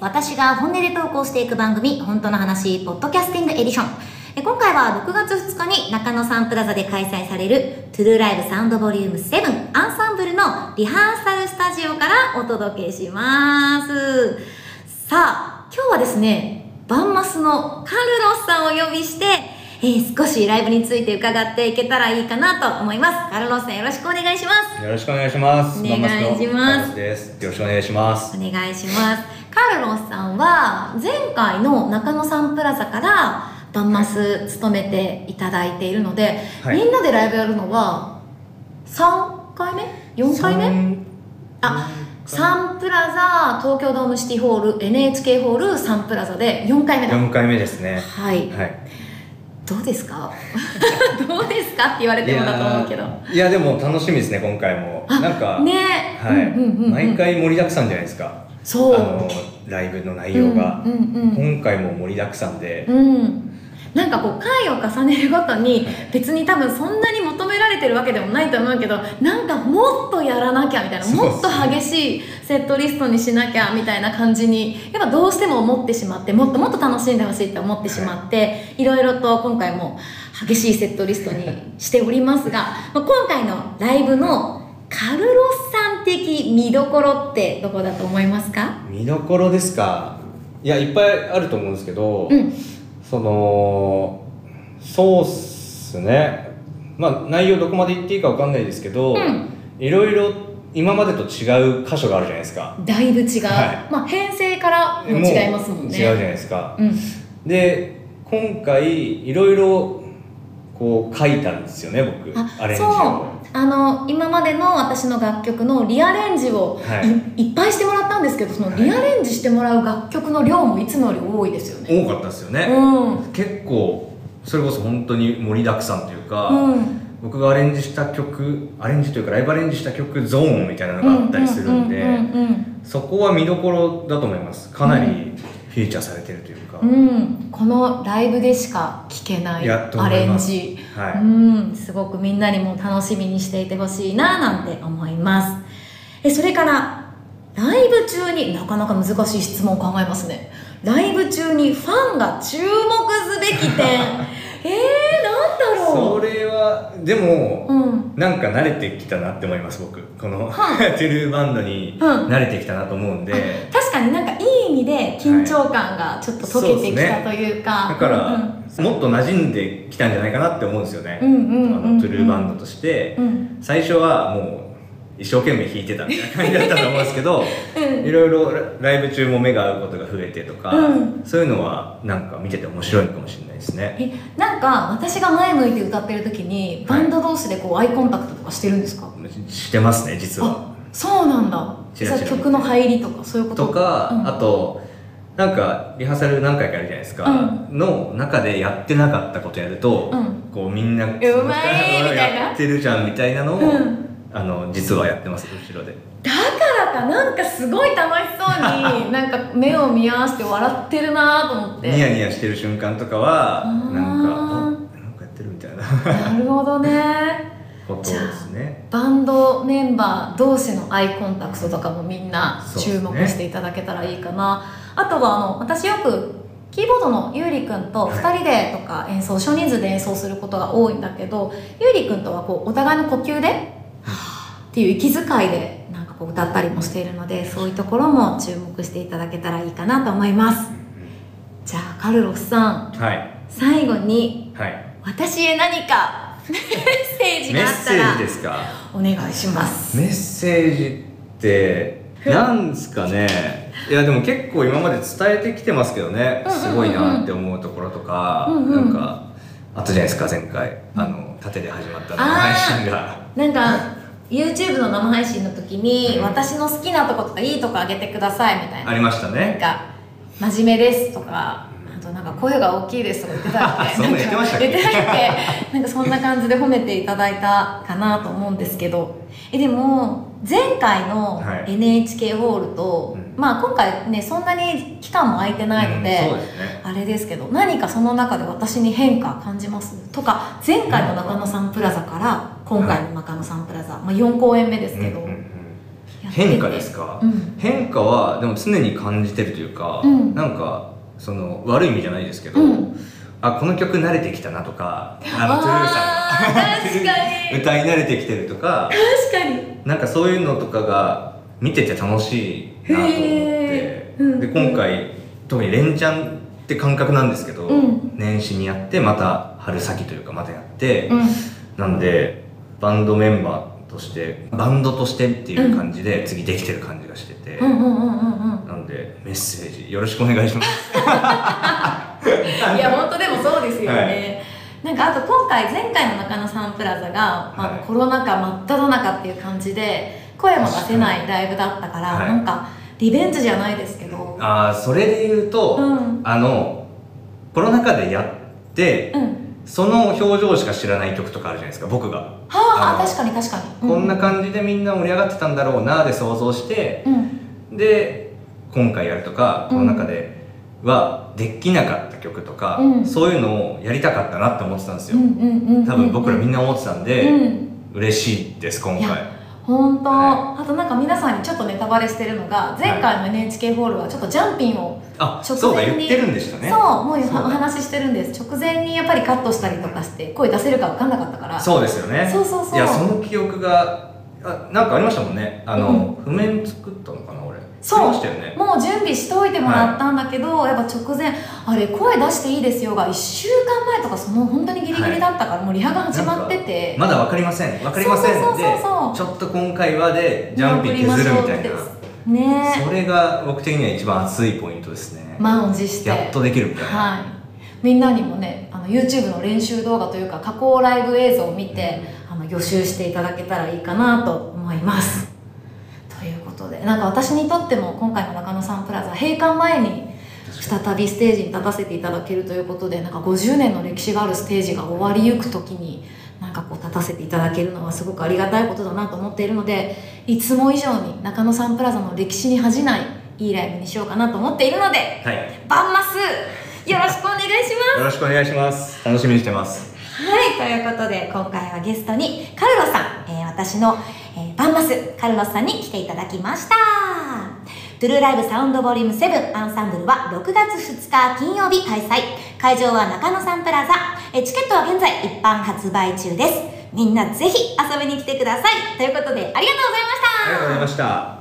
私が本音で投稿していく番組、本当の話、ポッドキャスティングエディション。え今回は6月2日に中野サンプラザで開催される、トゥルーライブサウンドボリューム7アンサンブルのリハーサルスタジオからお届けします。さあ、今日はですね、バンマスのカルロスさんをお呼びして、えー少しライブについて伺っていけたらいいかなと思います。カルロスさんよろしくお願いします。よろしくお願いします。お願いしますバンマスの高橋です。よろしくお願いします。お願いしますカルロスさんは前回の中野サンプラザからバンマス務めていただいているので、はいみんなでライブやるのは3回目4回目目あサンプラザ東京ドームシティホール NHK ホールサンプラザで4回目だ、 4回目ですね。はいはい。どうですか どうですかって言われてもだと思うけどいやでも楽しみですね今回も。あなんか、ねはい、うんうんうんうん毎回盛りだくさんじゃないですか。あそうのライブの内容が、うんうんうん今回も盛りだくさんで。うん、なんかこう回を重ねるごとに別に多分そんなに求められてるわけでもないと思うけどなんかもっとやらなきゃみたいなそうもっと激しいセットリストにしなきゃみたいな感じにやっぱどうしても思ってしまってもっともっと楽しんでほしいって思ってしまって、い、ろいろと今回も激しいセットリストにしておりますが まあ今回のライブのカルロスさん的見どころってどこだと思いますか見どころですか。いやいっぱいあると思うんですけど、うんそのそうっすね。まあ内容どこまで言っていいかわかんないですけど、うんいろいろ今までと違う箇所があるじゃないですか。だいぶ違う、はまあ編成からも違いますもんね違うじゃないですか。うん、で今回いろいろこう書いたんですよね僕あアレンジそを。うあの今までの私の楽曲のリアレンジをはいい,、っぱいしてもらったんですけどそのはいリアレンジしてもらう楽曲の量もいつもより多いですよね。多かったですよね。うん結構それこそ本当に盛りだくさんというか、うん僕がアレンジした曲アレンジというかライブアレンジした曲ゾーンみたいなのがあったりするんで、うんうんそこは見どころだと思いますかなりフィーチャーされてるというか、うんうんうんこのライブでしか聴けないいやとア思レいンますジ、はい、うんすごくみんなにも楽しみにしていてほしいななんて思いますえそれからライブ中になかなか難しい質問を考えますねライブ中にファンが注目すべき 点えー、なんだろそうれはでも、うんなんか慣れてきたなって思います僕この、は トゥルーバンドにうん慣れてきたなと思うんで、確かになんかいい意味で緊張感がちょっと解けてきたというか、だから、うんもっと馴染んできたんじゃないかなって思うんですよね、うんうんうんうんあのトゥルーバンドとして、うん最初はもう一生懸命弾いてたみたいな感じだったと思うんですけどうんいろいろライブ中も目が合うことが増えてとか、うそういうのはなんか見てて面白いのかもしれないですねえなんか私が前向いて歌ってる時にバンド同士でこうアイコンタクトとかしてるんですか、ししてますね実はあそうなんだチラチラじゃあ曲の入りとかそういうこととか、うんあとなんかリハーサル何回かやるじゃないですか、の中でやってなかったことやると、うんこうみんなうまいみたいなやってるじゃんみたいなのを、うんあの実はやってます後ろでだからかなんかすごい楽しそうになんか目を見合わせて笑ってるなと思ってニヤニヤしてる瞬間とかはあーなんかあなんかやってるみたいななるほどねことで すねバンドメンバー同士のアイコンタクトとかもみんなそうで注すね目していただけたらいいかな、あとはあの私よくキーボードのゆうりくんとはい2人でとか演奏少人数で演奏することが多いんだけどゆうりくんとはこうお互いの呼吸でっていう息遣いでなんかこう歌ったりもしているのでそういうところも注目していただけたらいいかなと思いますじゃあカルロスさんはい最後にはい私へ何かメッセージメがッあっセたージらですかお願いしますメッセージってなんですかねいやでも結構今まで伝えてきてますけどねうんうんうんうんすごいなって思うところとか、うんうんなんかあったじゃないですか前回あの縦で始まったのあー配信がなんか YouTube の生配信の時にうん私の好きなとことかいいとこあげてくださいみたいあなりましたなんねか真面目ですとかあとなんか声が大きいですとか言ってたっけ そんな言ってましたっけなんか言ってない ってなんかそんな感じで褒めていただいたかなと思うんですけどえでも前回のはい NHK ホールと、うんまあ今回ねそんなに期間も空いてないので、うんそうですねあれですけど何かその中で私に変化感じますとか前回の中野サンプラザから今回の中野サンプラザ、まあ、4公演目ですけど、うんうんうんや変化ですか、うん変化はでも常に感じてるというか、うんなんかその悪い意味じゃないですけど、うんあこの曲慣れてきたなとかあのトゥルーさあー確かんがに 歌い慣れてきてるとか確かになんかそういうのとかが見てて楽しいなと思ってへ、ーうんで今回特に連チャンって感覚なんですけど、うん年始にやってまた春先というかまたやって、うんなんでバンドメンバーとしてバンドとしてっていう感じで次できてる感じがしてて、うんうんうん うんなんでメッセージよろしくお願いします。うんいや本当でもそうですよはね、なんかあと今回前回の中野サンプラザが、まあはいコロナ禍真っ只中っていう感じで声も出せないライブだったから、はいなんかリベンジじゃないですけど、ああそれで言うと、うんあのコロナ禍でやってうんその表情しか知らない曲とかあるじゃないですか僕が。はあああの確かに確かに、うこんな感じでみんな盛り上がってたんだろうなで想像してうんで今回やるとかうこんの中ではできなかった曲とか、うんそういうのをやりたかったなって思ってたんですうよ、んうんうんうん多分僕らみんな思ってたんで、うん嬉しいです今い回や本当、はあとなんか皆さんにちょっとネタバレしてるのが前回の NHK ホールはちょっとジャンピンをあ直前にそうだ言ってるんでしたねそうもうおそうだ話ししてるんです直前にやっぱりカットしたりとかして声出せるか分かんなかったからそうですよねそうそうそうやその記憶があなんかありましたもんねあの、譜面作ったのかな俺そう作りましたよねもう準備しておいてもらったんだけど、やっぱ直前あれ声出していいですよが1週間前とかその本当にギリギリだったから、もうリハが始まっててまだ分かりません分かりませんそうそうそうそうでちょっと今回はでジャンピン削るみたいなねえそれが僕的には一番熱いポイントですね、満を持してやっとできるみたいな、はいみんなにもねあの YouTube の練習動画というか加工ライブ映像を見てあの予習していただけたらいいかなと思いますということでなんか私にとっても今回の中野サンプラザ閉館前に再びステージに立たせていただけるということでなんか50年の歴史があるステージが終わりゆく時になんかこう立たせていただけるのはすごくありがたいことだなと思っているのでいつも以上に中野サンプラザの歴史に恥じないいいライブにしようかなと思っているのではい、バンマスよろしくお願いしまよろしくお願いします楽しみにしてますすはいということで今回はゲストにカルロさん、えー私の、えーバンマスカルロさんに来ていただきましたトゥルーライブサウンドボリューム7アンサンブルは6月2日金曜日開催会場は中野サンプラザ、えーチケットは現在一般発売中ですみんなぜひ遊びに来てくださいということでありがとうございましたありがとうございました